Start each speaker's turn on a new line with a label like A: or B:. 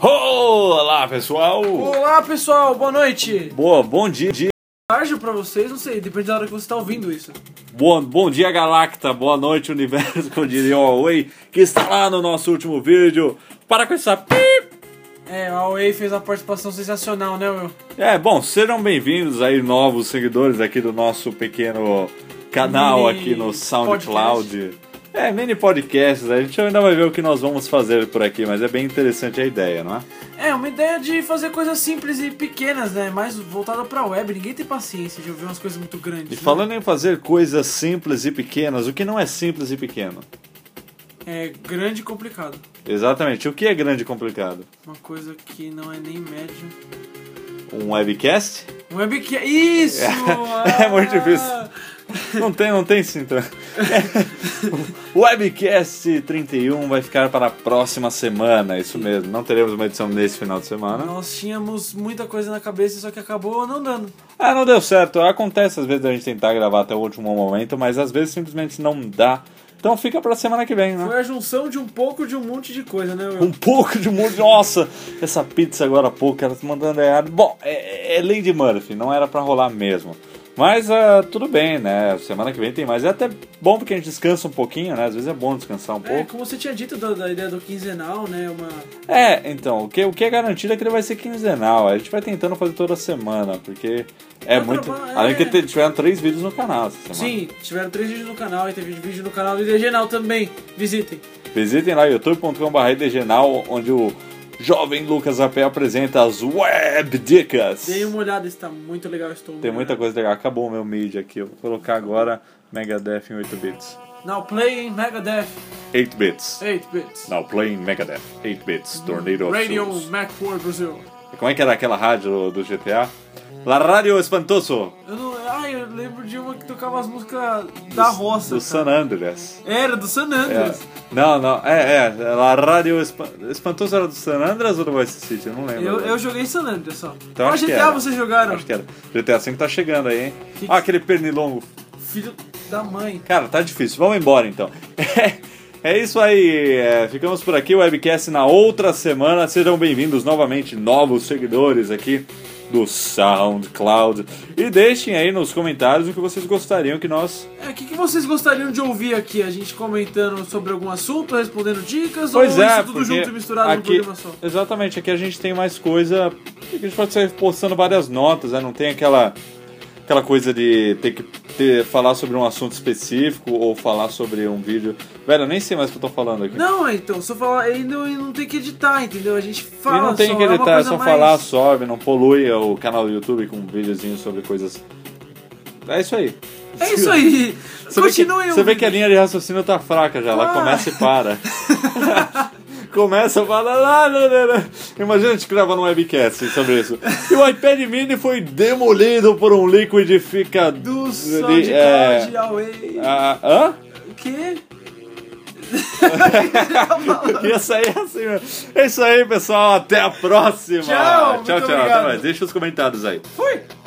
A: Olá, pessoal!
B: Olá pessoal, boa noite!
A: Boa, bom dia, dia.
B: Boa tarde pra vocês, não sei, depende da hora que você tá ouvindo isso.
A: Bom, bom dia, Galacta, boa noite, Universo, como diria o Huawei, que está lá no nosso último vídeo. Para com essa pi!
B: É, a Huawei fez uma participação sensacional, né, Will?
A: É, bom, sejam bem-vindos aí, novos seguidores aqui do nosso pequeno canal
B: Mini
A: aqui no SoundCloud. É, mini podcasts, a gente ainda vai ver o que nós vamos fazer por aqui, mas é bem interessante a ideia, não é?
B: É, uma ideia de fazer coisas simples e pequenas, né? Mais voltada pra web, ninguém tem paciência de ouvir umas coisas muito grandes.
A: E
B: né?
A: falando em fazer coisas simples e pequenas, o que não é simples e pequeno?
B: É grande e complicado.
A: Exatamente, o que é grande e complicado?
B: Uma coisa que não é nem médio.
A: Um webcast?
B: Um webcam. Isso! Ah!
A: É, é muito difícil. Não tem, não tem Sintra. O Webcast 31 vai ficar para a próxima semana, isso mesmo. Não teremos uma edição nesse final de semana.
B: Nós tínhamos muita coisa na cabeça, só que acabou não dando.
A: Ah, não deu certo. Acontece às vezes a gente tentar gravar até o último momento, mas às vezes simplesmente não dá. Então fica para a semana que vem, né?
B: Foi a junção de um pouco de um monte de coisa, né, Will?
A: Um pouco de um monte. Nossa, essa pizza agora há pouco, ela tá mandando errado. Bom, é, é Lady Murphy, não era pra rolar mesmo. Mas ah, tudo bem, né? Semana que vem tem mais. É até bom porque a gente descansa um pouquinho, né? Às vezes é bom descansar um
B: É,
A: pouco.
B: como você tinha dito da, da ideia do quinzenal, né? Uma.
A: É, então, o que, o que é garantido é que ele vai ser quinzenal. A gente vai tentando fazer toda semana, porque é
B: Vai
A: muito.
B: trabalhar,
A: Além que
B: é.
A: te- tiveram três vídeos no canal essa semana.
B: Sim, tiveram três vídeos no canal e teve vídeo no canal do Idegenal também. Visitem.
A: Visitem lá youtube.com.br degenal, onde o jovem Lucas Apé apresenta as web dicas.
B: Deem uma olhada, está muito legal. Estou
A: Tem muita coisa legal. Acabou o meu mídia aqui. Eu vou colocar agora Megadeth em 8 bits.
B: Now playing Megadeth
A: 8 bits.
B: 8 bits.
A: Now playing Megadeth. 8 bits. Tornado of
B: Radio
A: Souls.
B: Mac4 Brasil.
A: Como é que era aquela rádio do GTA? La Rádio Espantoso.
B: Eu não. Ai, eu lembro de uma que tocava as músicas da roça.
A: Do San
B: cara.
A: Andreas.
B: Era, do San
A: É.
B: Andreas.
A: Não, não. É, é. La Rádio Espan- Espantoso era do San Andreas ou do Vice City? Eu não lembro.
B: Eu, eu joguei San Andreas só.
A: Então
B: Qual
A: acho que
B: GTA
A: era.
B: vocês jogaram?
A: Acho que era. GTA 5 tá chegando aí, hein?
B: Que-
A: Ah, aquele pernilongo.
B: Filho da mãe.
A: Cara, tá difícil. Vamos embora então. É isso aí. É, ficamos por aqui. Webcast na outra semana. Sejam bem-vindos novamente, novos seguidores aqui do SoundCloud. E deixem aí nos comentários o que vocês gostariam que nós.
B: É, o que, que vocês gostariam de ouvir aqui? A gente comentando sobre algum assunto, respondendo dicas,
A: Pois
B: ou
A: é,
B: isso tudo
A: porque
B: junto e misturado no
A: aqui,
B: programa só?
A: Exatamente, aqui a gente tem mais coisa. A gente pode sair postando várias notas, né? Não tem aquela. Aquela coisa de ter que ter, falar sobre um assunto específico ou falar sobre um vídeo. Velho, eu nem sei mais o que eu tô falando aqui.
B: Não, então, só falar, e não, e não tem que editar, entendeu? A gente fala.
A: e não tem
B: só,
A: que
B: é uma
A: editar, é
B: coisa
A: só
B: mais-
A: falar, sobe, não polui o canal do YouTube com videozinhos sobre coisas. É isso aí.
B: É isso aí.
A: Você vê, que,
B: Continue
A: você vê
B: ouvindo.
A: que a linha de raciocínio tá fraca já, ela
B: Ah.
A: começa e para. começa, fala lá, lá, lá, lá. Imagina a gente gravando um webcast sobre isso. E o iPad mini foi demolido por um liquidificador.
B: do
A: de- é,
B: SoundCloud, Away.
A: ah, hã?
B: O quê?
A: Ia sair assim mesmo. É isso aí, pessoal. Até a próxima.
B: Tchau, muito
A: tchau. tchau. Até
B: obrigado.
A: mais. Deixa os comentários aí.
B: Fui!